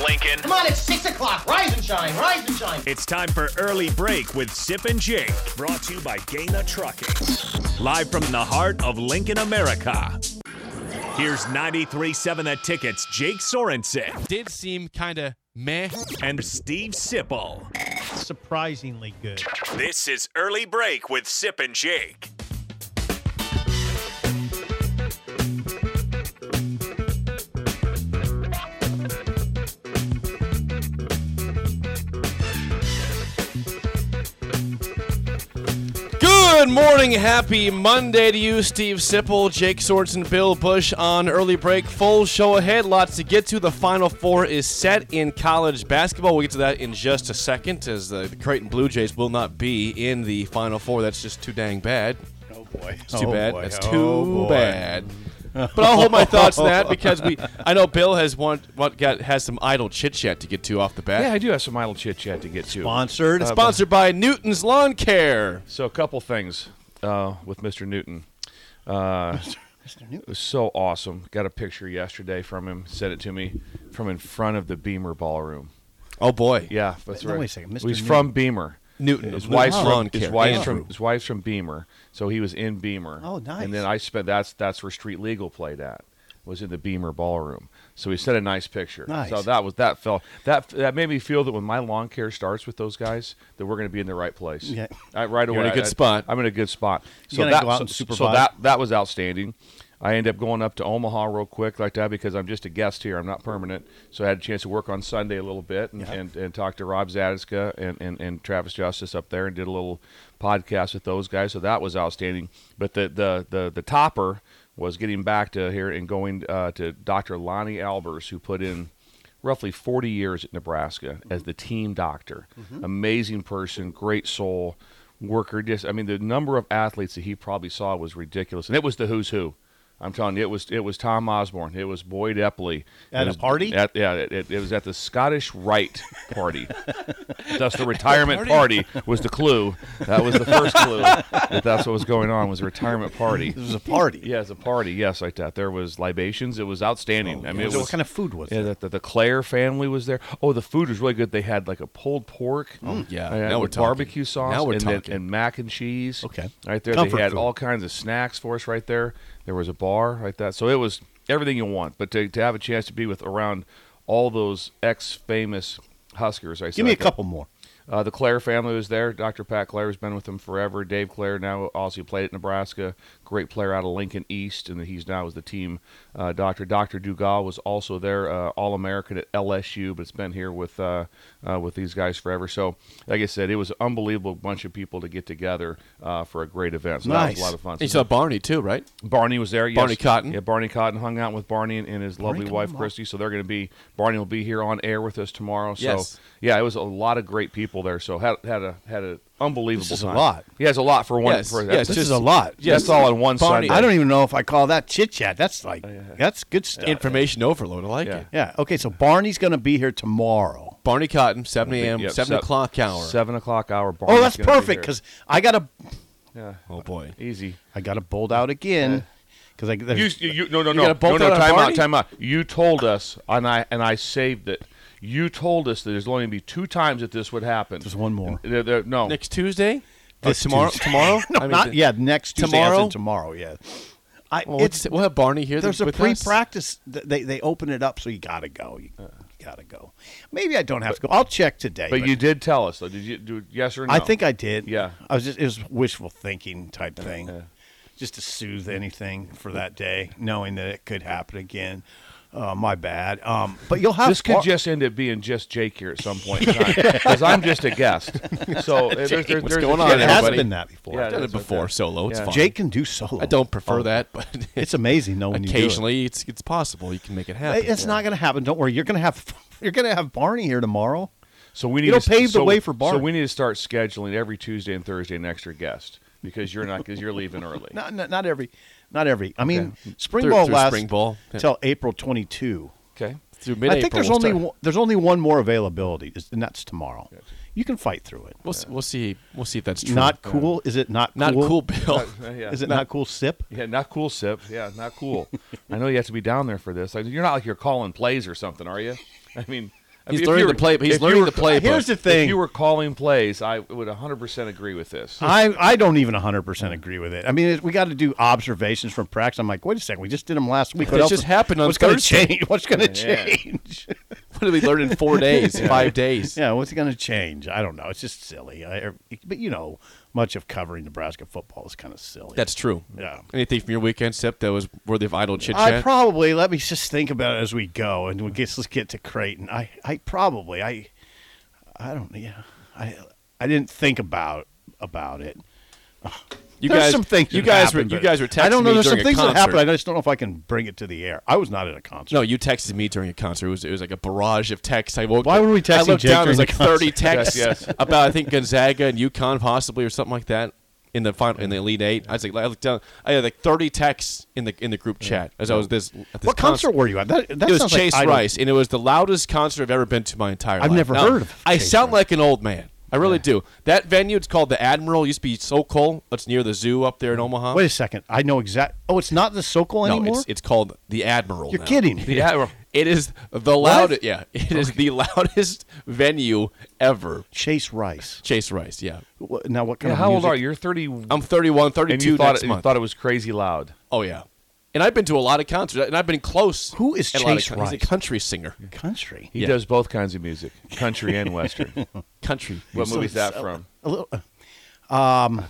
Lincoln. Come on, it's 6 o'clock. Rise and shine, rise and shine. It's time for Early Break with Sip and Jake, brought to you by Gaina Trucking. Live from the heart of Lincoln, America. Here's 93.7 The Tickets, Jake Sorensen Did seem kind of meh. and Steve Sipple. surprisingly good. This is Early Break with Sip and Jake. Good morning, happy Monday to you, Steve Sipple, Jake Sorensen, Bill Bush on early break. Full show ahead, lots to get to. The Final Four is set in college basketball. We'll get to that in just a second, as the Creighton Blue Jays will not be in the Final Four. That's just too dang bad. Oh boy. Oh, It's too bad. That's too bad. But I'll hold my thoughts on that because we. I know Bill has one. What got has some idle chit chat to get to off the bat. Yeah, I do have some idle chit chat to get to. Sponsored. Sponsored by Newton's Lawn Care. So a couple things uh, with Mr. Newton. Uh, It was so awesome. Got a picture yesterday from him. Sent it to me from in front of the Beamer Ballroom. Oh boy, Yeah, that's No, right. wait a second, Mr. He's Newton. from Beamer. Newton, His Newton's wife's Lawn from his Care, wife's Andrew. from his wife's from Beamer, so he was in Beamer. Oh, nice. And then I spent that's that's where Street Legal played at. Was in the Beamer Ballroom, so he sent a nice picture. Nice. So that was that felt that that made me feel that when my lawn care starts with those guys, that we're going to be in the right place. Yeah. I, right You're away. in a good I- spot. I'm in a good spot. So gonna that go out so, and so supervise? that that was outstanding. I ended up going up to Omaha real quick like that because I'm just a guest here. I'm not permanent. So I had a chance to work on Sunday a little bit and, and, and talk to Rob Zadiska and, and, and Travis Justice up there and did a little podcast with those guys. So that was outstanding. But the, the, the, the topper was getting back to here and going uh, to Dr. Lonnie Albers, who put in roughly 40 years at Nebraska as the team doctor. Mm-hmm. Amazing person, great soul, worker. Just I mean, the number of athletes that he probably saw was ridiculous, and it was the who's who. I'm telling you, it was it was Tom Osborne, it was Boyd Epley At It a was- party? At, yeah, it, it, it was at the Scottish Rite party. that's the retirement party. was the clue. That was the first clue that that's what was going on was a retirement party. It was a party. Yeah, it's a party. Yes, like that. There was libations. It was outstanding. I mean, it Oh, so was what kind of food was yeah, it? the, the, the Claire family was there. Oh, the food was really good. They had like a pulled pork. Oh, yeah. Now we're with talking. barbecue sauce. Now we're and, talking. and mac and cheese. Okay. Right there. Comfort they had food. all kinds of snacks for us right there. There was a bar like that. So it was everything you want. But to, to have a chance to be with around all those ex famous Huskers, I said, Give me a like, couple more. uh, the Claire family was there. Dr. Pat Claire has been with them forever. Dave Claire now also played at Nebraska. Great player out of Lincoln East, and he's now with the team. Uh, Dr. Dr. Dugal was also there, uh, All American at LSU, but it's been here with uh, uh, with these guys forever. So, like I said, it was an unbelievable bunch of people to get together uh, for a great event. So that was Nice. a lot of fun. you So saw Barney too, right? Barney was there. Yes. Barney Cotton. Yeah, Barney Cotton hung out with Barney and, and his lovely wife Christy. So they're going to be Barney will be here on air with us tomorrow. So Yes. yeah, it was a lot of great people there. So had had a had an unbelievable This is a time. lot. Yeah, it's a lot for one. Yes, For, yes, that's- This just- is a lot. yeah, it's all on one Barney. Sunday. I don't even know if I call that chit chat. That's like Oh, that's good stuff. Information overload. I like Yeah. it. yeah. Okay. So Barney's going to be here tomorrow. Barney Cotton, 7 a.m., Yep, 7 se- o'clock hour. Seven o'clock hour. Barney's Oh, that's gonna be perfect here. because I got to Oh, boy. easy. I got to bolt out again because I You, there's- you, you- no no gotta no no bolt no out on time Barney? out time out. You told us and I and I saved it. You told us that there's only going to be two times that this would happen. There's one more. And there- there- no, Next Tuesday? Or This uh, tomorrow? Tuesday. Tomorrow? No, I mean, not the- yeah. Next Tuesday, as in Tomorrow. Tomorrow? Yeah. I, Well, it's it's, we'll have Barney here. there's a with us. pre-practice. th- They they open it up, so you gotta go. You Uh. gotta go. Maybe I don't have to go. I'll check today. But you did tell us though. Did you do yes or no? I think I did. Yeah. I was just it was wishful thinking type thing, just to soothe anything for that day, knowing that it could happen again. Uh, my bad. Um, but you'll have this could Bar- just end up being just Jake here at some point in time because I'm just a guest. So uh, there's, there's, there's What's a going on, It chance- everybody? has been that before. Yeah, I've done it that's what before that- solo. It's yeah. fine. Jake can do solo. Oh. I don't prefer that, but It's amazing though when occasionally it's it's possible you can make you it do happen. it. It's not going to happen. Don't worry. You're going to have you're going to have Barney here tomorrow. So we need It'll to, pave the so- way for Barney. So we need to start scheduling every Tuesday and Thursday an extra guest because you're not because you're leaving early. Not not, not every not every. I mean, spring Through- ball through lasts spring ball, yeah. till April 22. Okay. Through mid-April, I think there's we'll only start. one, there's only one more availability, is- and that's tomorrow. You can fight through it. We'll, s- we'll see. We'll see if that's true. Not cool? Is it not cool? Not cool, Bill. Yeah. Is it not, cool? Sip. Yeah, not cool, Sip. Yeah, not cool. I know you have to be down there for this. Like, you're not like you're calling plays or something, are you? I mean, I He's mean, if learning you were- to play- he's if you learning were- the playbook. Here's the thing. If you were calling plays, I would 100% agree with this. I, I don't even 100% agree with it. I mean, it, we got to do observations from practice. I'm like, wait a second, we just did them last week. What This else just is- happened on What's going to Thursday. change? What's going to Yeah. change? What did we learn in four days, five days? yeah, what's going to change? I don't know. It's just silly. I, but, you know, much of covering Nebraska football is kind of silly. That's true. Yeah. Anything from your weekend, Sip, that was worthy of idle chit I chat? probably let me just think about it as we go, and we guess let's get to Creighton. I, I probably I, I don't yeah I I didn't think about about it. you there's guys, some things. you that guys happened, were you but guys were texting I don't know. me There's some during a things that happened. concert. I just don't know if I can bring it to the air. I was not at a concert. No, you texted me during a concert. It was, it was like a barrage of texts. I woke. Why up- were we I texting looked Jake down. It was during like the thirty concert? texts Yes, yes. about I think Gonzaga and UConn possibly or something like that in the final in the Elite Eight. I was like, I looked down. I had like thirty texts in the in the group chat as I was this. At this what concert were you at? That, that It was sounds like Chase I don't- Rice, and it was the loudest concert I've ever been to my entire life. I've never heard of I Chase sound Rice. like an old man. I really do. That venue, it's called the Admiral. It used to be Sokol. It's near the zoo up there in Omaha. Wait a second. I know exact. Oh, it's not the Sokol no, anymore. it's it's called the Admiral. You're now. kidding. me. Yeah, It is the loudest. Yeah, it is the loudest venue ever. Chase Rice. Chase Rice. Yeah, Wha- Now what kind of how old music- are you? You're 30. I'm 31, 32 and you thought, next it, you month. thought it was crazy loud. oh yeah, and I've been to a lot of concerts, and I've been close. Who is at a lot of Chase con- he's Rice? a country singer. Country. He Yeah. does both kinds of music, country and western. Country. what music. movie is that from? A little, uh,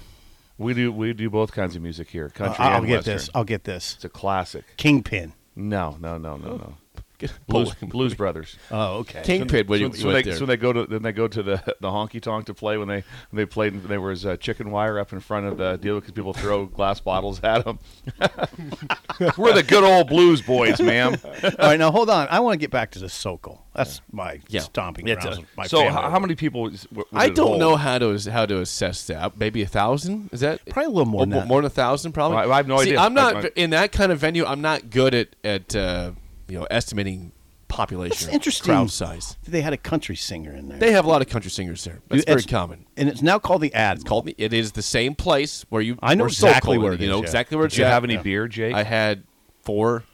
We do we do both kinds of music here, country Uh, I'll and get western. this. I'll get this. It's a classic. Kingpin. No, no, no, no, no. Blues, Blues Brothers. Oh, okay. Kingpin. When you So, went so they, there. so they go to then they go to the, the honky tonk to play when they when they played they were uh, chicken wire up in front of the dealer because people throw glass bottles at them. we're the good old blues boys, ma'am. All right, now hold on. I want to get back to the Sokol. That's my Yeah. stomping Yeah, grounds. duh. with My so family. h- how many people? Was, w- was I it don't hold? know how to how to assess that. Maybe a thousand? Is that Probably a little more Oh, than mo- that. More than a thousand, probably. I- I have no See, idea. I'm not I- I- in that kind of venue. I'm not good at at uh, you know estimating It's population, or interesting. crowd size. They had a country singer in there. They have a lot of country singers there. That's very common. And it's now called the Ad. It's called. It is the same place where you. I know where Soul exactly Cold- where it you is, know yeah. exactly where. Did you have any beer, Jake? I had four.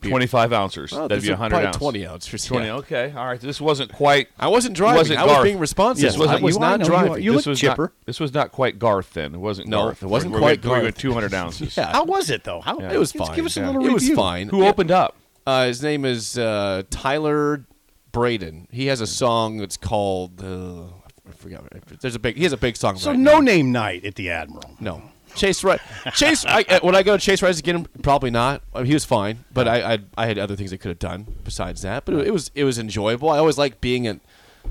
beer. Twenty-five ounces. Oh, That'd this be is hundred probably ounce. Twenty ounces. Twenty. Okay. All right. This wasn't quite. I wasn't driving. Wasn't I was Garth. being responsible. Yes, I wasn't- was you- I not know you driving. are. You this look was chipper. Not, this was not quite Garth then. It wasn't No, Garth. it wasn't We were- quite we were, Garth. two hundred ounces. Yeah. How was it though? How Yeah. It was let's fine. Give us yeah. a little it review. was fine. Who Yeah. opened up? Uh, his name is uh, Tyler Braden. He has a Hmm. song that's called uh, I forgot. There's a big. He has a big song. So right no now. name night at the Admiral. no. Chase Rice. Chase. I, uh, when I go to Chase Rice again, probably not. I mean, he was fine, but I, I I had other things I could have done besides that. But it, was it was enjoyable. I always like being at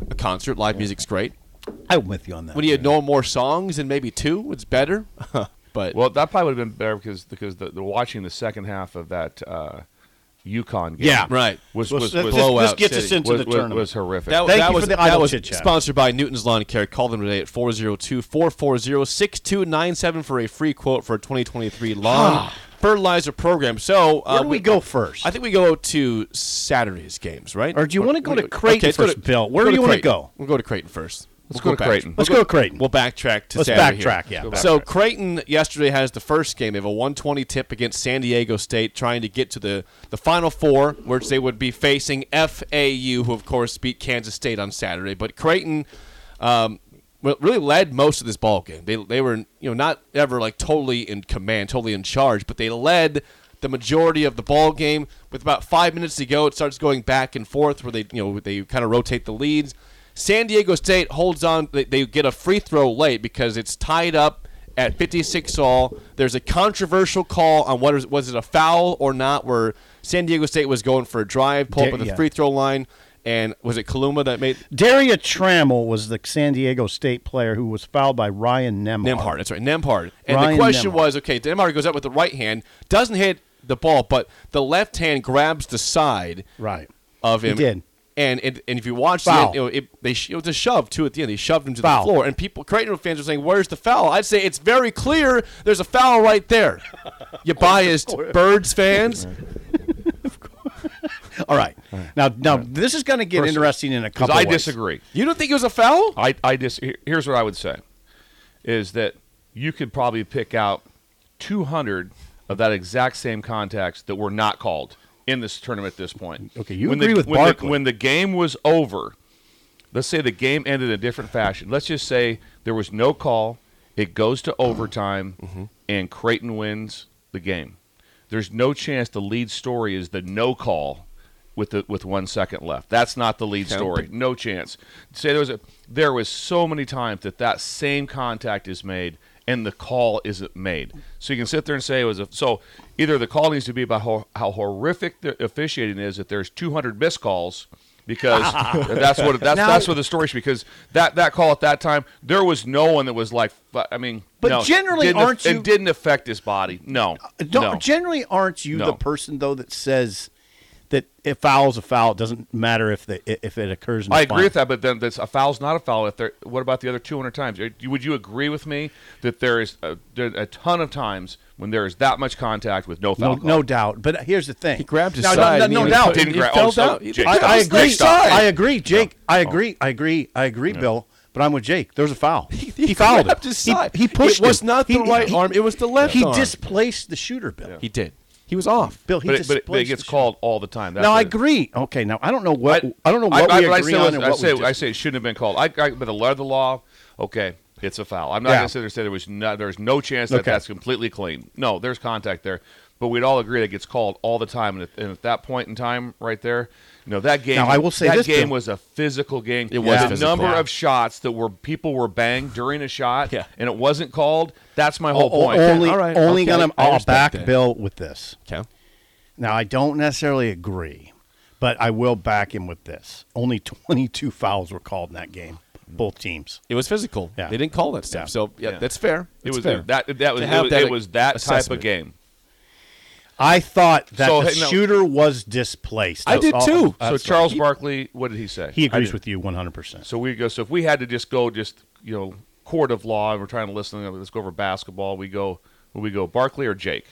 a concert. Live music's great. I'm with you on that. When you had no more songs and maybe two, it's better. but Well, that probably would have been better because because the, the watching the second half of that uh, UConn game. Yeah. right. Was Well, was, this- was, this blowout gets us city. into was- the was- tournament. was horrific. That, Thank that you was, for the that idle was chit-chat. sponsored by Newton's Lawn Care. Call them today at 402-440-6297 for a free quote for a 2023 lawn fertilizer program. So uh, Ah. Where do we go first? I think we go to Saturday's games, right? Or do you wanna go to Creighton let's go first, Bill? Where do you wanna Creighton. go? We'll go to Creighton first. Let's We'll go to back- Creighton. Let's go to Creighton. We'll backtrack to Let's Saturday here. backtrack, yeah. Let's go So backtrack. Creighton yesterday has the first game. They have a 120 tip against San Diego State, trying to get to the the Final Four, which they would be facing FAU, who of course beat Kansas State on Saturday. But Creighton. Um, well, really led most of this ball game. They, they were you know not ever like totally in command, totally in charge, but they led the majority of the ball game. With about five minutes to go, it starts going back and forth where they you know they kind of rotate the leads. San Diego State holds on. They, they get a free throw late because it's tied up at 56 all. There's a controversial call on what is, was it a foul or not, where San Diego State was going for a drive, pull up at the Yeah. free throw line, and was it Kaluma that made Daria Trammell was the San Diego State player who was fouled by Ryan Nemhart. Nemhard. That's right, Nemhard. And the Ryan question Nemhard. was, okay, Nemhard goes up with the right hand, doesn't hit the ball, but the left hand grabs the side Right. of He him. did. And, and and if you watch Foul. it, you know, it, they sh- it was a shove too at the end. They shoved him to Foul. the floor, and people, Creighton fans, are saying, "Where's the foul?" I'd say it's very clear. There's a foul right there. You biased Birds fans. All right. Now, now this is going to get interesting in a Because couple. I ways. disagree. You don't think it was a foul? I, I dis- here- here's what I would say is that you could probably pick out 200 of that exact same contacts that were not called in this tournament at this point. Okay, you when agree the, with when the, Barkley. when the game was over. Let's say the game ended in a different fashion. Let's just say there was no call. It goes to overtime, and Creighton wins the game. There's no chance the lead story is the no call with the, with one second left. That's not the lead story. No chance. Say there was a there was so many times that that same contact is made and the call isn't made. So you can sit there and say it was a so either the call needs to be about how, how horrific the officiating is that there's 200 missed calls because that's what that's that's what the story should be, because that that call at that time there was no one that was like fu- I mean But no, generally didn't aff- aren't you- Uh, it didn't affect his body no Don't, no. Generally, aren't you the No. person though that says that if foul's a foul, it doesn't matter if the if it occurs. In the I agree final. with that, but then that's a foul's not a foul. If there, what about the other 200 times? Uh, Would you agree with me that there is a, there are a ton of times when there is that much contact with no No, foul? call? no doubt. But here's the thing: he grabbed his no, side No, and no, he no was doubt. putting- Didn't he grab- fell oh, so down. He Jake- I, picked up I his agree. next side. I agree, Jake. Oh. I agree. I agree. I agree, Bill. But I'm with Jake. There's a foul. He, fouled grabbed it. his He- side. He, pushed. It was him. not the He- right he- arm, it was the left He arm. displaced the shooter, Bill. He did. He was off. Bill, he but, it, but, it, displaced. but it gets the shooter. called all the time. That's Now I it. agree. Okay. Now I don't know what I, don't know I- what I, we I agree say, on listen, and I what say, we I say it shouldn't have been called. I, I, by the letter of the law, okay, it's a foul. I'm not Yeah. going to sit there and say there was no, there's no chance that Okay. that's completely clean. No, there's contact there, but we'd all agree that gets called all the time. And at, and at that point in time, right there, you know that game. Now, I will say that this, game Bill. was a physical game. It was the physical. number Yeah. of shots that were people were banged during a shot, Yeah. and it wasn't called. That's my whole O- point. Oh, Only, All right. only Oh, Okay. gonna. I I'll respect back that. Bill with this. Okay. Now, I don't necessarily agree, but I will back him with this. Only 22 fouls were called in that game, both teams. It was physical. Yeah. They didn't call that stuff. Yeah. So yeah, Yeah. that's fair. It That's was fair. that. That was To it have was, that it was that type assessment. of game. I thought that So, the hey, no. shooter was displaced. I That's did all- too. So Charles Barkley, what did he say? He agrees with you 100%. So we go. So if we had to just go, just you know, court of law, and we're trying to listen. uh, Let's go over basketball. We go. Would we go Barkley or Jake?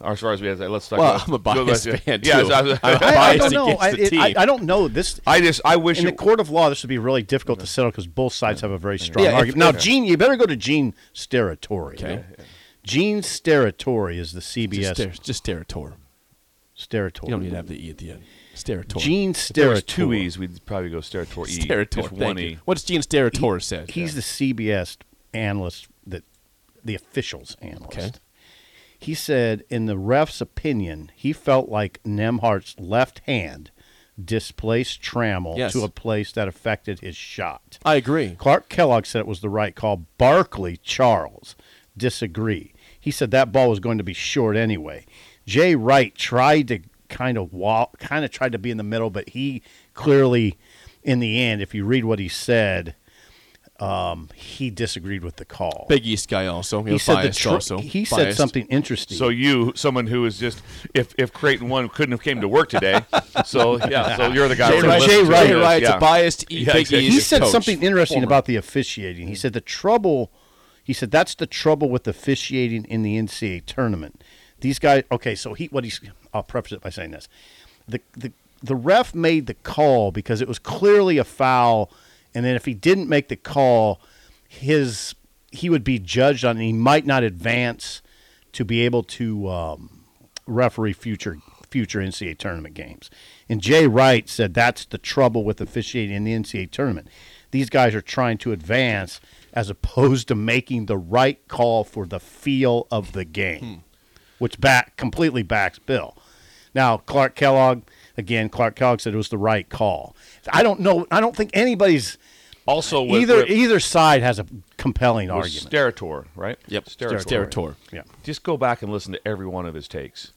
Or as far as we have, to- let's talk. Well, about, I'm a biased go- fan, Yeah, too. so I, was- I'm I, I biased don't know. against I, the it- team. I, I don't know. This I just I wish in the it, court of law, this would be really difficult to settle because both sides have a very strong Yeah, if- argument. Now, if- Gene, you better go to Gene Steratore. Okay. Gene Steratore is the Just, ter- CBS just territory. Steratore. You don't need to have the e at the end. Steratore. Gene there was Steratore. two e's. We'd probably go Steratore e. Steratore. Just Thank one you. e. What's Gene Steratore said? He's the CBS analyst that the officials analyst. Okay. He said, in the ref's opinion, he felt like Nemhart's left hand displaced Trammell Yes. to a place that affected his shot. I agree. Clark Kellogg said it was the right call. Barkley Charles disagree. He said that ball was going to be short anyway. Jay Wright tried to kind of walk, kind of tried to be in the middle, but he clearly, in the end, if you read what he said, um, he disagreed with the call. Big East guy also. He, he was said the biased tr- also. he said Biased. something interesting. So you, someone who is just if if Creighton one couldn't have came to work today. So yeah, so you're the guy. Jay to Wright, Jay listen to Wright, this, Wright's yeah. a biased e- Yeah, Big exactly. East he said coach. something interesting Former. about the officiating. He said the trouble. He said that's the trouble with officiating in the NCAA tournament. These guys. Okay, so he what he's. I'll preface it by saying this: the the the ref made the call because it was clearly a foul, and then if he didn't make the call, his he would be judged on. He might not advance to be able to um, referee future future NCAA tournament games. And Jay Wright said that's the trouble with officiating in the NCAA tournament. These guys are trying to advance as opposed to making the right call for the feel of the game, Hmm. which back completely backs Bill. Now Clark Kellogg again. Clark Kellogg said it was the right call. I don't know. I don't think anybody's Also, with, either with, E either side has a compelling with argument. Steratore, right? Yep. Steratore. Steratore. yeah. just go back and listen to every one of his takes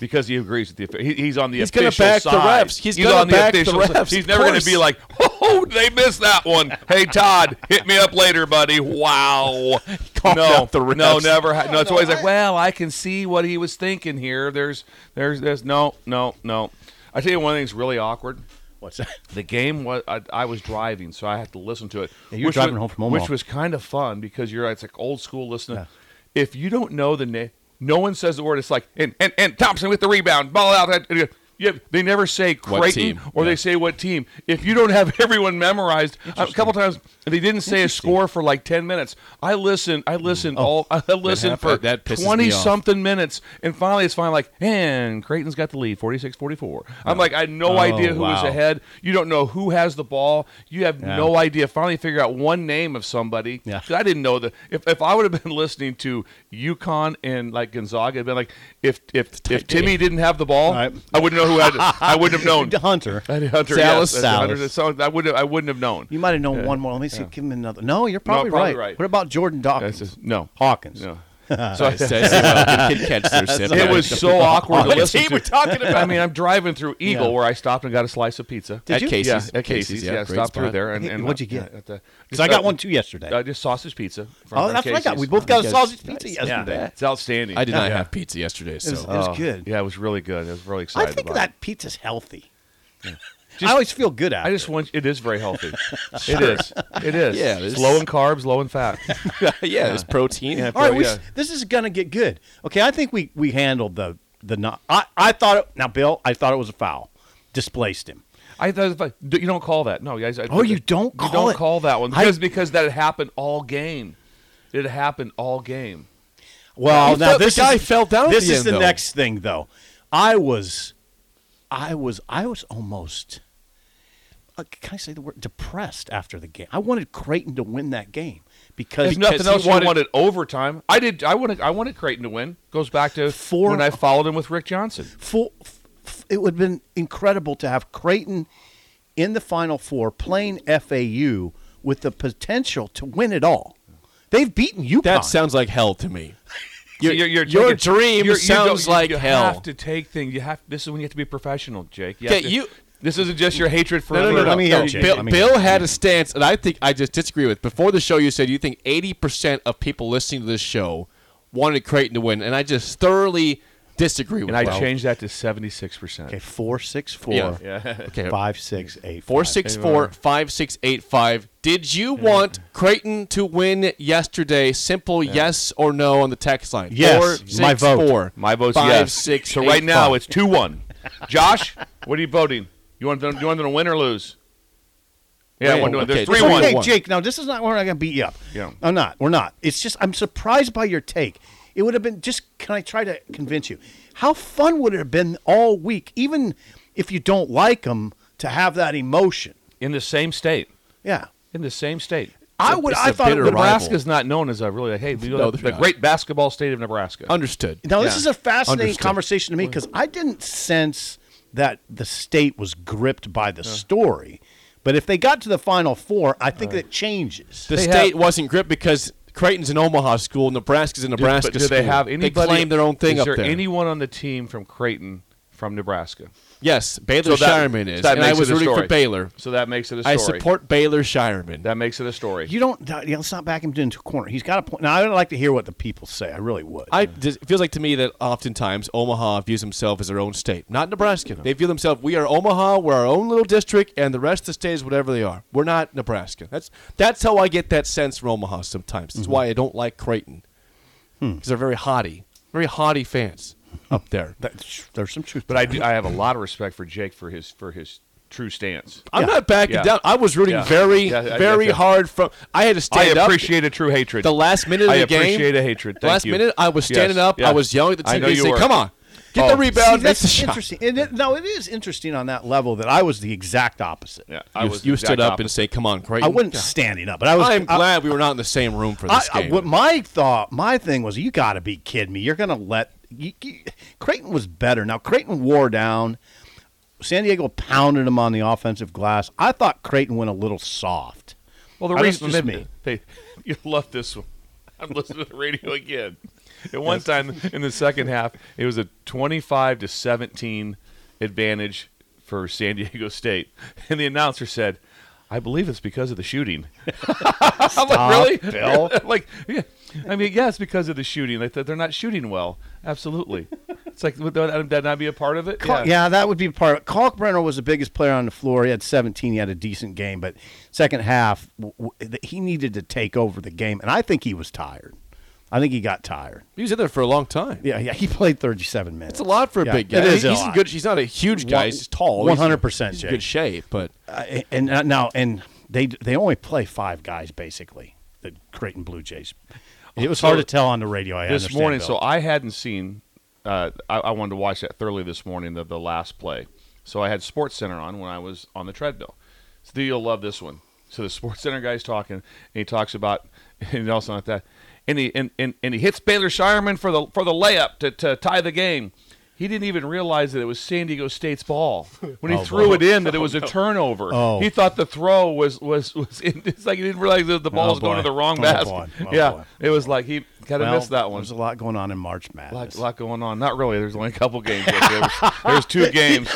because he agrees with the offi- he, he's on the He's gonna official back the side. refs. He's gonna back the official side. refs, He's of never going course. to be like, oh, they missed that one. Hey, Todd, hit me up later, buddy. Wow. called no, out the no, refs. never. Ha- no, it's no, always like, I- well, I can see what he was thinking here. There's, there's, there's no, no, no. I tell you one thing that's really awkward. What's that? The game was I, I was driving, so I had to listen to it. Yeah, you were which driving was, home from Omaha. which was kind of fun because you're it's like old school listening. If you don't know the name, no one says the word. It's like and and, and Thompson with the rebound, ball out. that- Yeah, they never say Creighton team, or yeah. they say what team. If you don't have everyone memorized, a couple times they didn't say a score for like ten minutes. I listened, I listened all, I listened hap- for that pisses me twenty off. something minutes, and finally it's finally like, and Creighton's got the lead, 46-44. I'm like, I had no idea who was wow. ahead. You don't know who has the ball. You have no idea. Finally, figure out one name of somebody. Yeah. 'Cause I didn't know that. If, if I would have been listening to UConn and like Gonzaga, it'd been like, if if if Timmy didn't have the ball, Right. I wouldn't know who had. I wouldn't have known. Hunter. I'd- Hunter, Salas, yes, that's Hunter. Salas. So I wouldn't. I wouldn't have known. You might have known one more. Let me see. Give him another. No, you're probably, probably right. right. What about Jordan Dawkins? That's just- no. Hawkins. No. So I- Says, well, kid catch their sip. it was so awkward to What listen team to. we talking about? I mean, I'm driving through Eagle Yeah. where I stopped and got a slice of pizza. Did At you? Casey's. Yeah, at At Casey's, Casey's. yeah, yeah, great stopped through spot. there. And, Hey, and what'd you yeah, get? at the- Because I got one too yesterday. Uh, just sausage pizza. From oh, from that's what I got. Casey's. We both got a Yes. sausage pizza Yeah, yesterday. it's outstanding. I did not have pizza yesterday, so It was, it was Oh, good. Yeah, it was really good. I was really I excited. think about it. that pizza's healthy. Just- I always feel good at I it. just want. It is very healthy. It is. It is. Yeah, it it's is. low in carbs, low in fat. yeah, it's protein. All right, we, yeah. s- this is gonna get good. Okay, I think we we handled the the not. I I thought it, now, Bill. I thought it was a foul. Displaced him. I thought if I- d- you don't call that. No, guys. I- Oh, you don't You call don't it. call that one I- because because that happened all game. It happened all game. Well, He now fell- the this guy is, fell down at This the is end, the though. next thing, though. I was, I was, I was almost. Uh, can I say the word depressed after the game? I wanted Creighton to win that game because There's nothing he else wanted- you wanted overtime. I did. I wanted. I wanted Creighton to win. Goes back to Four- when I followed him with Rick Johnson. full, f- f- it would have been incredible to have Creighton in the Final Four playing FAU with the potential to win it all. They've beaten UConn. That sounds like hell to me. Your, You're- you're your taking- dream you're- you sounds don't- you- like you hell. have to take things. You have. This is when you have to be professional, Jake. You, Okay, have to- you- This isn't just your hatred for. No, no, for- no, no. Let me hear no. it, Jake. Bill, Let me Bill hear it. had a stance, and I think I just disagree with. Before the show, you said you think 80% of people listening to this show wanted Creighton to win, and I just thoroughly disagree with And I that. changed that to seventy-six percent. okay. Four six four Yeah. Okay. five, six, eight, Four five. six four five six eight five. Did you want Creighton to win yesterday? Simple yes or no on the text line. Yes. Four, six, My vote. four, My vote's five, yes. six, so eight, right now five. it's two one. Josh, what are you voting? You want them? You want them to win or lose? Yeah, Wait, one, one. okay, There's just three It's one. okay, one. Jake. Now this is not where I'm gonna beat you up. Yeah. I'm not. We're not. It's just I'm surprised by your take. It would have been just. Can I try to convince you? How fun would it have been all week, even if you don't like them, to have that emotion? In the same state. Yeah. In the same state. I would. it's I a thought. It bitter would rival. Nebraska is not known as a really like, hey, we No, the, they're not. Oh, great basketball state of Nebraska. understood. now this is a fascinating Understood. conversation to me because I didn't sense that the state was gripped by the story, but if they got to the final four, I think that changes. The They state have- wasn't gripped because Creighton's an Omaha school, Nebraska's a Nebraska do, but do school. they have anybody? claim their own thing is up there. there. Anyone on the team from Creighton from Nebraska? yes, Baylor that- Shireman is, so that and I makes it was a rooting story. for Baylor. So that makes it a story. I support Baylor Shireman. That makes it a story. you don't. You know, let's not back him into a corner. He's got a point. Now I'd like to hear what the people say. I really would. I just, it feels like to me that oftentimes Omaha views himself as their own state, not Nebraska. They view themselves we are Omaha, we're our own little district, and the rest of the state is whatever they are. We're not Nebraska. That's that's how I get that sense from Omaha sometimes. Mm-hmm. That's why I don't like Creighton Hmm. because they're very haughty, very haughty fans up there. That's, there's some truth. but I, do, I have a lot of respect for Jake for his for his true stance. I'm not backing Yeah. down. I was rooting Yeah. very, Yeah, I- I very get that. hard. From I had to I stand up. appreciate a true hatred. the last minute of I the game. appreciate a hatred. The Thank last you. minute, I was Yes, standing up. yes. I was yelling at the I know TV, you saying, were. "Come on, get Oh. the See, rebound, make that's the shot." interesting. It is, no, it is interesting on that level that I was the exact opposite. Yeah, I you was the you exact stood up opposite. and say, "Come on, Creighton." I wasn't standing up, but I was. I'm I- glad we were not in the same room for I- this I- game. what my thought, my thing was, you got to be kidding me. You're going to let you, you, Creighton was better. Now Creighton wore down. San Diego pounded them on the offensive glass. I thought Creighton went a little soft. Well, the Oh, that's reason just they- me. They, you love this one. I'm listening to the radio again. At one time in the second half, it was a 25 to 17 advantage for San Diego State, and the announcer said, "I believe it's because of the shooting." I'm like, really, Bill? like, yeah. I mean, yeah, it's because of the shooting. Like they're not shooting well. Absolutely. it's like would that, would that not be a part of it? Cal- yeah. that would be part. of it. Kalkbrenner was the biggest player on the floor. He had 17. He had a decent game, but second half, w- w- he needed to take over the game, and I think he was tired. I think he got tired. He was in there for a long time. Yeah, yeah. He played 37 minutes. It's a lot for a Yeah, big guy. it is He- a he's in lot. good. He's not a huge guy. He's tall. He's- 100%, He's in good Jake. shape, but I- and uh, now and they they only play five guys basically. The Creighton Blue Jays. It was hard to tell on the radio. I this understand, morning. Bill. So I hadn't seen. Uh, I, I wanted to watch that thoroughly this morning. The, the last play. So I had Sports Center on when I was on the treadmill. So you'll love this one. So the Sports Center guy's talking, and he talks about and also like that, and he and, and, and he hits Baylor Shireman for the for the layup to, to tie the game. He didn't even realize that it was San Diego State's ball when he threw it in. That it was a turnover. Oh. He thought the throw was was was. It's like he didn't realize that the ball was going boy. to the wrong Oh, basket. boy. Oh, yeah, boy. it was like he kind of Well, missed that one. There's a lot going on in March Madness. lot, lot going on. Not really. There's only a couple games. There was, there was two games.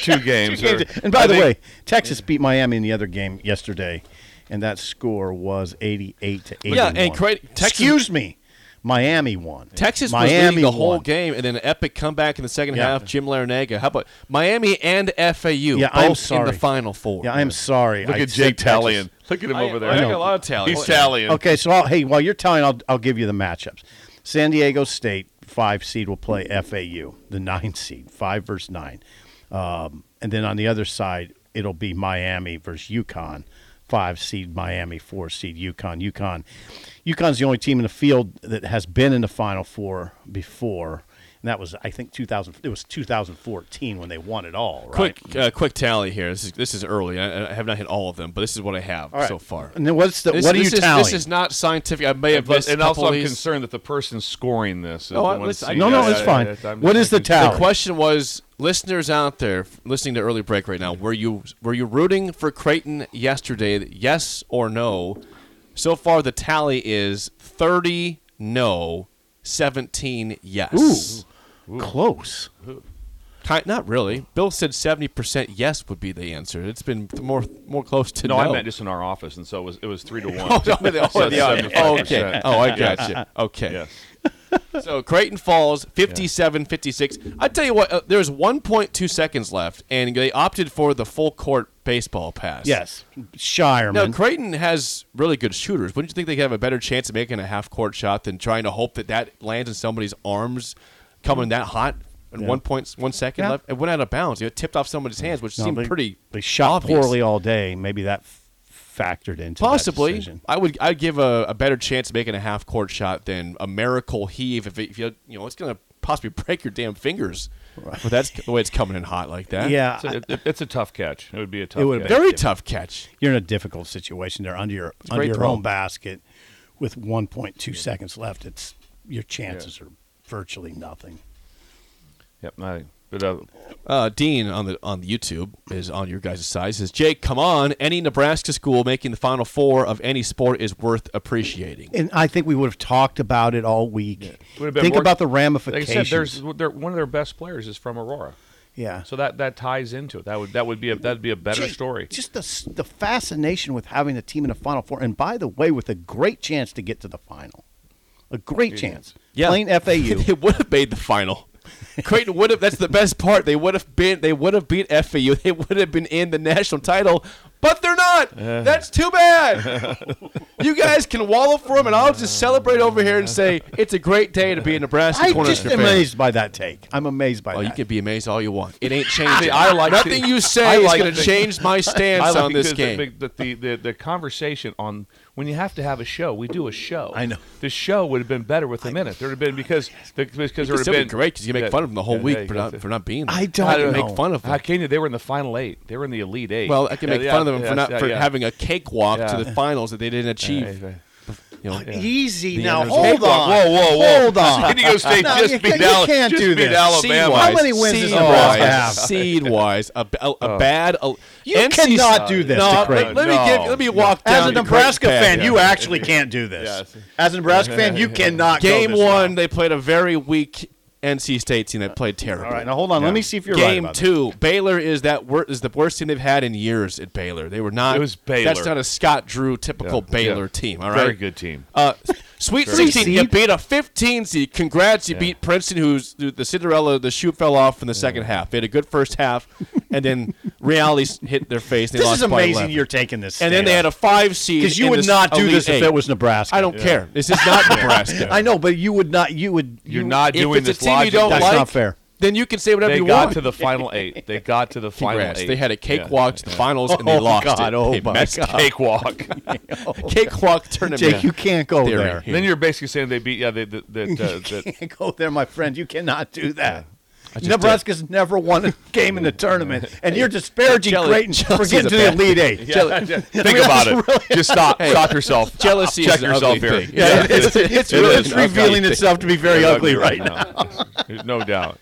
two games. And by the way, Texas beat Miami in the other game yesterday, and that score was 88 to 81. Yeah, and Creight- Texas- excuse me, Miami won. Texas was Miami leading the whole won. game, and then an epic comeback in the second Yeah. half. Jim Larinaga. How about Miami and FAU? Yeah, both I'm in sorry. the Final Four. Yeah, I'm sorry. Look I at said Jake Texas. Tallien. Look at him over there. I, I got know. a lot of talent. He's Italian. Okay, so I'll, hey, while you're telling, I'll, I'll give you the matchups. San Diego State five seed will play FAU, the nine seed, five versus nine, um, and then on the other side it'll be Miami versus UConn, five seed Miami, four seed UConn. UConn, UConn's the only team in the field that has been in the Final Four before. And that was, I think, 2000. It was 2014 when they won it all, right? Quick, uh, quick tally here. This is this is early. I, I have not hit all of them, but this is what I have All right. so far. And then what's the This, what are you this is, tallying? This is not scientific. I may have But- missed. a and also, couple of I'm these. concerned that the person scoring this. Is I- the one listen, seed. no, no, Yeah, it's yeah, fine. yeah, I'm what just is the like- tally? The question was, listeners out there f- listening to early break right now, were you were you rooting for Creighton yesterday? Yes or no? So far, the tally is thirty no, seventeen yes. Close. Ki- not really. Bill said seventy percent yes would be the answer. It's been th- more more close to No, no. I meant just in our office, and so it was it was three to one. Oh, no, the- oh, So the- it's oh, 75%. okay. Oh, I got you. Okay. Yes. So Creighton falls 57 56. I tell you what, uh, there's 1.2 seconds left, and they opted for the full court baseball pass. Yes, Shireman. Now, Creighton has really good shooters. Wouldn't you think they could have a better chance of making a half court shot than trying to hope that that lands in somebody's arms coming that hot and one point one second Yeah. left? It went out of bounds. It tipped off somebody's hands, which No, seemed they- pretty. They shot obvious. poorly all day. Maybe that f- factored into that Possibly, decision. I would. I'd give a, a better chance of making a half court shot than a miracle heave. If, it, if you, you know, it's gonna possibly break your damn fingers. But that's the way it's coming in hot like that. Yeah, It's a, it- it's a tough catch. It would be a tough. would've catch. been- very tough catch. you're in a difficult situation there under your under great your throw. own basket with 1.2 seconds left. It's your chances are virtually nothing. Yep. I, but uh, Uh, Dean on the on the YouTube is on your guys' side. Says Jake, come on! Any Nebraska school making the Final Four of any sport is worth appreciating. And I think we would have talked about it all week. Would've been Think more- about the like I ramifications. said, there's they're, one of their best players is from Aurora. yeah. So that, that ties into it. That would that would be a that'd be a better Gee, story. Just the s- the fascination with having a team in the Final Four, and by the way, with a great chance to get to the final, a great chance. Yeah. Plain FAU. they would have made the final. Creighton would have. That's the best part. They would have been. They would have beat FAU. They would have been in the national title, but they're not. Uh. That's too bad. you guys can wallow for them, and I'll just celebrate over here and say it's a great day to be a Nebraska. I'm Cornhusker just fan." amazed by that take. I'm amazed by Oh, that. you can be amazed all you want. It ain't changing. I like nothing the- you say I like is going the- to change my stance I like on this the- game. The, the, the, the, the conversation on when you have to have a show, we do a show. I know. The show would have been better with a minute. There would have been because the, because there It's would still have been been great because you make Yeah, fun of them the whole yeah, week yeah, for you not got for not being. There. I don't I can know. make fun of to- I them. can't. They were in the final eight. They were in the elite eight. Well, I can Yeah, make yeah, fun of them yeah, for not yeah, for yeah. having a cakewalk Yeah. to the finals that they didn't achieve. yeah. You know, Easy The now. others- Hold on. Whoa, whoa, whoa! Hold on. San Diego State No, just you beat can't- you Al- can't just do beat this. Alabama. How many wins does Nebraska have? Seed wise, a, ba- a Oh. bad. A, You NC cannot do this No, to let- Creighton. let me No. give, let me walk down As a to Nebraska Creighton fan, path. you actually can't do this. As a Nebraska fan, you cannot. go Game this one, route. they played a very weak NC State team that played terrible. All right, now hold on. Let me see if you're right Game about two, Baylor is that wor- is the worst team they've had in years at Baylor. They were not. It was Baylor. That's not a Scott Drew typical Yeah. Baylor Yeah. team. All right, Very good team. Uh, Sweet Very good. 16, Three you seed. beat a 15 seed. Congrats, you beat Princeton, who's the Cinderella. The shoe fell off in the second half. They had a good first half, and then reality hit their face. They This lost is by amazing 11. you're taking this. and then they had a five seed Because you in would this not do Elite this if Eight. it was Nebraska. I don't care. This is not Nebraska. I know, but you would not. You would. You're you- not If doing it's a this team you don't logically. That's like, not fair. then you can say whatever they you got want. to the final eight. They got to the final Congrats. eight. They had a cakewalk to the finals and they Oh, lost God. it. Oh, they my messed God. cakewalk. Cakewalk tournament. Jake, you can't go Theory. there. then you're basically saying they beat. Yeah, they, that that, uh, You that can't go there, my friend. You cannot do that. Nebraska's never won a game in the tournament, and you're disparaging Jelly- Creighton for Chelsea's getting a to the bad- Elite Eight. think about it. Just stop. Stop yourself. Jealousy Check is an yourself ugly here. thing. Yeah, it's, it's, It really- is it's an ugly revealing thing. itself to be very ugly right now. There's no doubt.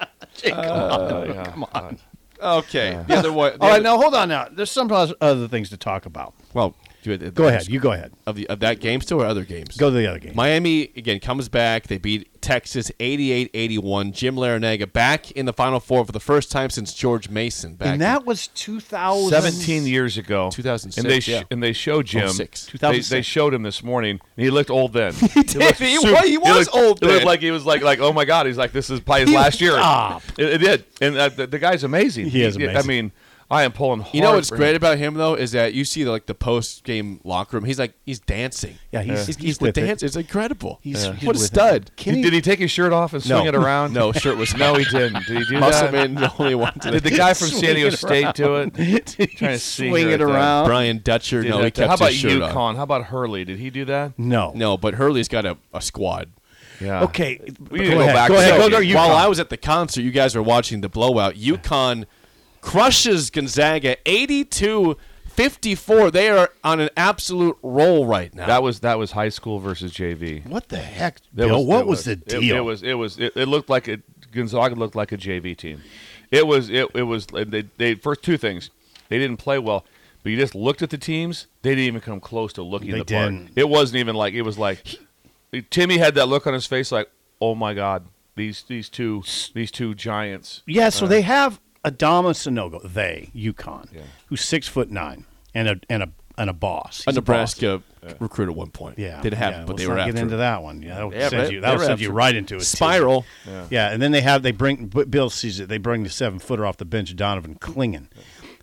Uh, come on. Okay. The other one. the All right, other- now hold on. Now there's some oth- other things to talk about. Well, do it- Go ahead. You go ahead. Of, the, of that game still or other games? Go to the other game. Miami again comes back. They beat Texas 88-81. Jim Larinaga back in the Final Four for the first time since George Mason back. and that was 2000. 17 Uh, years ago 2006, and they yeah. and they showed jim Oh, six. they, 2006. they showed him this morning and he looked old then he did. looked He wa- he was looked- old he looked then. like he was like like oh my god he's like this is probably his last year Stop. it, it did and uh, the, the guy's amazing He is i amazing. mean i am pulling hard You know what's for great him. about him though is that you see like the post game locker room. He's like he's dancing. Yeah, he's- he's, he's, he's with with it. dance. It's incredible. He's- he's what a with it. stud. Kenny- did he take his shirt off and No. swing it around No shirt was no he didn't did he do that Muscleman the only one. To did the guy from Swing san diego it state do it trying to see swing here it at the- around? Brian Dutcher? did No, that- he kept how about his shirt on. UConn? How about Hurley? Did he do that? No. No, but Hurley's got a, a squad. Yeah. Okay. We need to go back Go to ahead. that Go game. to While UConn. I was at the concert, you guys were watching the blowout. UConn crushes Gonzaga 82 54. They are on an absolute roll right now. That was that was high school versus JV. What the heck, That Bill? what that was, the it- deal? It, was it was it, it looked like it Gonzaga looked like a JV team. It was it, it was they they first two things they didn't play well, but you just looked at the teams. They didn't even come close to looking They the part. didn't. It wasn't even like it was like Timmy had that look on his face like oh my god these these two these two giants. yeah. So they have Adama Sinogo. They UConn, who's six foot nine and a and a and a boss. He's a boss. Nebraska recruit at one point. Yeah, Didn't happen, yeah, but let's they were not after get into it. that one. Yeah, that would Yeah, send but you. they That were would send you after- right into it. too. Spiral. Yeah. and then they have they bring B- Bill sees it. They bring the seven footer off the bench, Donovan Klingon,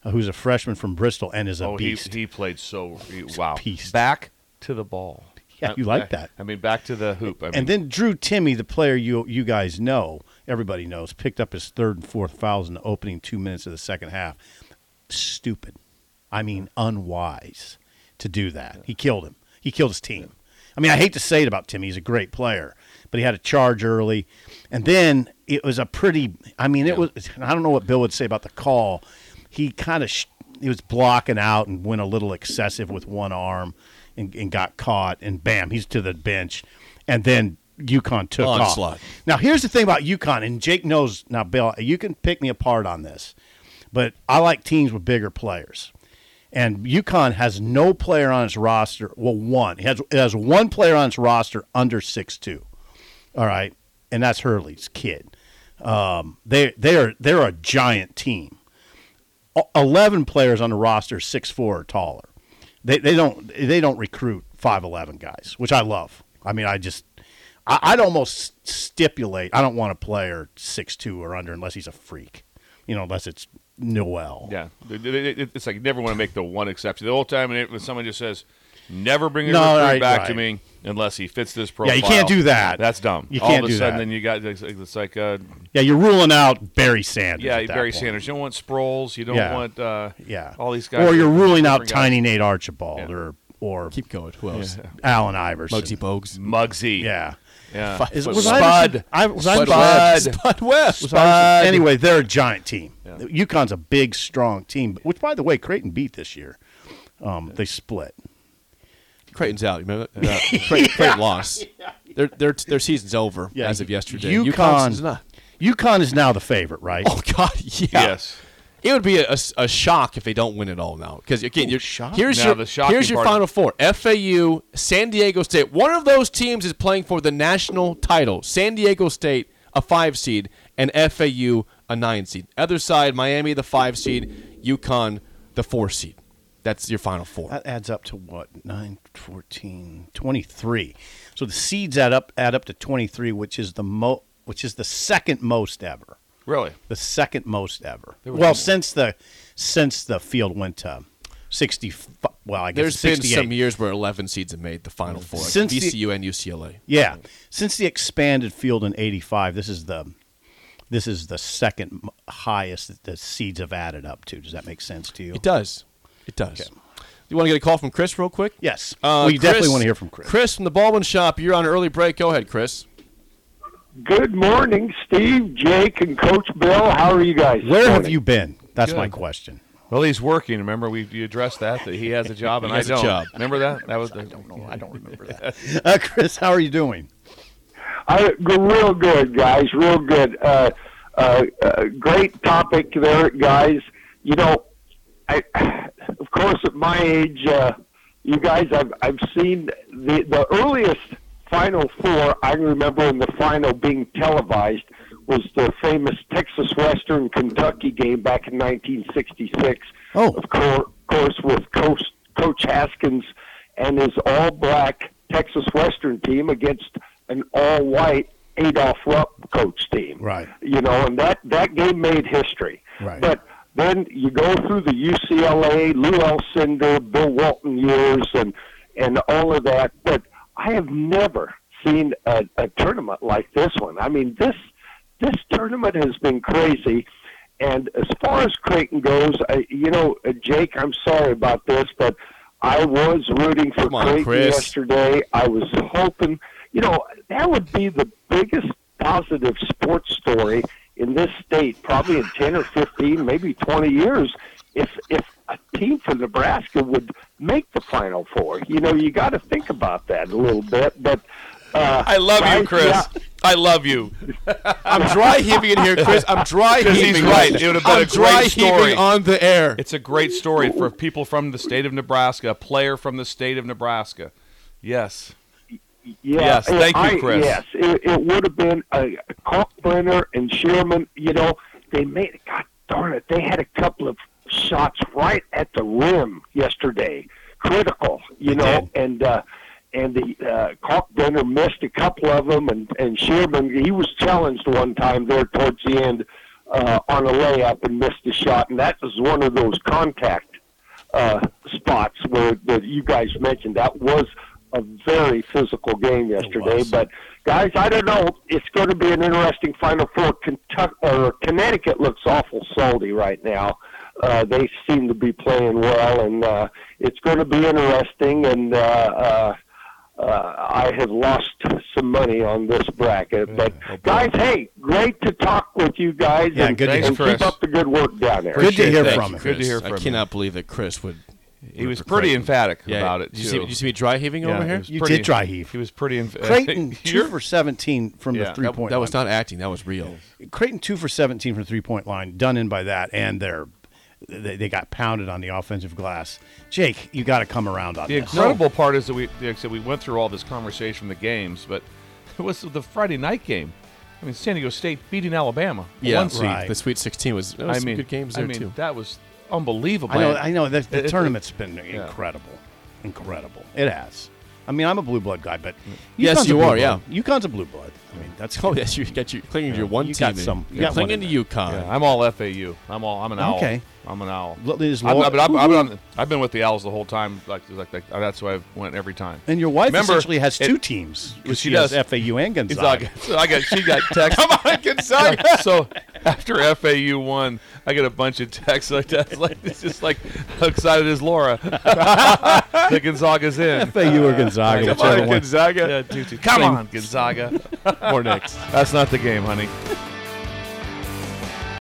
uh, who's a freshman from Bristol and is a Oh he, beast. he played so he, wow beast. back to the ball. Yeah, you like that. I mean back to the hoop. I mean, and then Drew Timmy, the player you you guys know, everybody knows, picked up his third and fourth fouls in the opening two minutes of the second half. Stupid, I mean unwise, to do that. He killed him. He killed his team. I mean, I hate to say it about Timmy. He's a great player, but he had a charge early, and then it was a pretty. I mean, it was. I don't know what Bill would say about the call. He kind of sh- he was blocking out and went a little excessive with one arm, and, and got caught, and bam, he's to the bench and then UConn took Onslaught. off. Now here's the thing about UConn, and Jake knows now. Bill, you can pick me apart on this, but I like teams with bigger players, and UConn has no player on its roster. Well, one it has it has one player on its roster under six two. All right, and that's Hurley's kid. Um, they they are they're a giant team. O- Eleven players on the roster six four or taller. They they don't they don't recruit five eleven guys, which I love. I mean, I just I, I'd almost stipulate I don't want a player six two or under unless he's a freak. You know, unless it's Noel. Yeah, It- it- it- it's like you never want to make the one exception. The whole time, and it- when someone just says, "Never bring a No, recruit right, back to right. me unless he fits this you profile." can't do that. That's dumb. You All can't of a do sudden, that. then you got it's like, it's like uh, Yeah, you're ruling out Barry Sanders. yeah, at that Barry point. Sanders. You don't want Sproles. You don't Yeah. want uh, Yeah, all these guys. Or you're ruling out different guys. Tiny Nate Archibald Yeah. or or Keep going. Who else? Allen Iverson. Muggsy Bogues. Muggsy. Yeah. yeah. Five Is- foot was one. Iverson- I, was Spud Iverson- Webb. Spud. Spud Webb. was Iverson- Anyway, they're a giant team. UConn's a big, strong team, which, by the way, Creighton beat this year. Um, they split. Creighton's out. You remember that? Creighton, Creighton lost. Their, their their season's over Yeah, as of yesterday. UConn- UConn's not. UConn is now the favorite, right? Oh God, yeah. Yes. It would be a, a s- a shock if they don't win it all now. Because again, you're, here's Now, your Oh, the shocking here's your part- final four: FAU, San Diego State. One of those teams is playing for the national title. San Diego State, a five seed, and FAU, a nine seed. Other side, Miami, the five seed, UConn, the four seed. That's your final four. That adds up to what? 9, 14, 23. So the seeds add up add up to 23, which is the mo- which is the second most ever. Really? the second most ever. Well, since the since the field went to sixty. Well, I guess There's been 68. some years where 11 seeds have made the Final Four, like Since the- VCU and UCLA. Yeah, since the expanded field in '85, this is the this is the second m- highest that the seeds have added up to. Does that make sense to you? It does. It does. You want to get a call from Chris real quick? Yes, Uh, we definitely Chris- want to hear from Chris. Chris from the Baldwin Shop. You're on early break. Go ahead, Chris. Good morning, Steve, Jake, and Coach Bill. How are you guys? Where have you been? That's my Good. question. Well, he's working. Remember, we you addressed that that he has a job and has a I don't. job. Remember that? That was. The, I don't know. I don't remember that. Uh, Chris, how are you doing? I, g- real good, guys. Real good. Uh, uh, uh, great topic there, guys. You know, I, of course, at my age, uh, you guys, I've, I've seen the, the earliest Final Four I remember in the final being televised was the famous Texas Western Kentucky game back in 1966. Oh. Of cour- course, with Coach, Coach Haskins and his all black Texas Western team against an all white Adolph Rupp coach team Right. you know, and that that game made history. Right. But then you go through the UCLA, Lou Alcindor, Bill Walton years, and and all of that. But I have never seen a, a tournament like this one. I mean, this this tournament has been crazy. And as far as Creighton goes, I, you know, uh, Jake, I'm sorry about this, but I was rooting for Come on, Creighton Chris. yesterday yesterday. I was hoping, you know, that would be the biggest positive sports story in this state, probably in ten or fifteen, maybe twenty years, if if a team from Nebraska would make the Final Four. You know, you got to think about that a little bit. But uh, I love you, right? Chris. Yeah. I love you. I'm dry heaving in here, Chris. I'm dry Because he's heaving. right. It would've been I'm a great dry story. heaving on the air. It's a great story for people from the state of Nebraska, a player from the state of Nebraska. Yes. Yeah, Yes, thank you, I- Chris. Yes, it, it would have been a Kalkbrenner and Sherman. You know, they made God darn it, they had a couple of shots right at the rim yesterday, critical. You know, and uh, and the uh, Kalkbrenner missed a couple of them, and and Sherman he was challenged one time there towards the end uh, on a layup and missed a shot, and that was one of those contact uh, spots where that you guys mentioned. That was a very physical game yesterday. But guys, I don't know. It's going to be an interesting Final Four. Kentucky or Connecticut looks awful salty right now. Uh, they seem to be playing well, and uh, it's going to be interesting. And uh, uh, uh, I have lost some money on this bracket, but guys, hey, great to talk with you guys. Yeah, and, good to and hear from keep Chris. up the good work down there. Good to hear Thank from you, him. Good to hear Chris. from I cannot believe that Chris would. He was pretty emphatic Yeah. about it. Did you see, too. did you see me dry heaving Yeah, over he here? was You pretty- did dry heave. He was pretty emphatic. Creighton two for seventeen from Uh, Yeah, the that- three point. That was not acting. That was real. Creighton two for seventeen from three point line, done in by that, and they're they, they got pounded on the offensive glass. Jake, you got to come around on The this. incredible part is that we, like I said, we went through all this conversation from the games, but it was the Friday night game. I mean, San Diego State beating Alabama. Yeah, one seed. right. The Sweet 16 was. There was I some mean, good games I there mean, too. that was unbelievable. I know. I know. The, the It- it- tournament's been incredible, incredible. It has. I mean, I'm a blue blood guy, but Yes, UConn's a you blue are, blood. UConn's a blue blood. I mean, that's Oh yes, you got you clinging to your one You team. got some- you You're got one clinging in to UConn. Yeah, I'm all FAU. I'm all. I'm an owl. Okay. I'm an owl. Look, there's I've, Law- I've, I've, I've, been on, I've been with the owls the whole time. Like, like, like that's why I went every time. And your wife Remember, essentially has it- two teams. 'cause Well, she has does. FAU and He's Gonzaga. like, so I got. She got text. Come on, Gonzaga. so after FAU won, I get a bunch of texts like that. It's like it's just like how excited is Laura that Gonzaga's in. FAU or Gonzaga, Come whichever on, one. Gonzaga. Yeah, two, two. Come on, Gonzaga. More next. That's not the game, honey.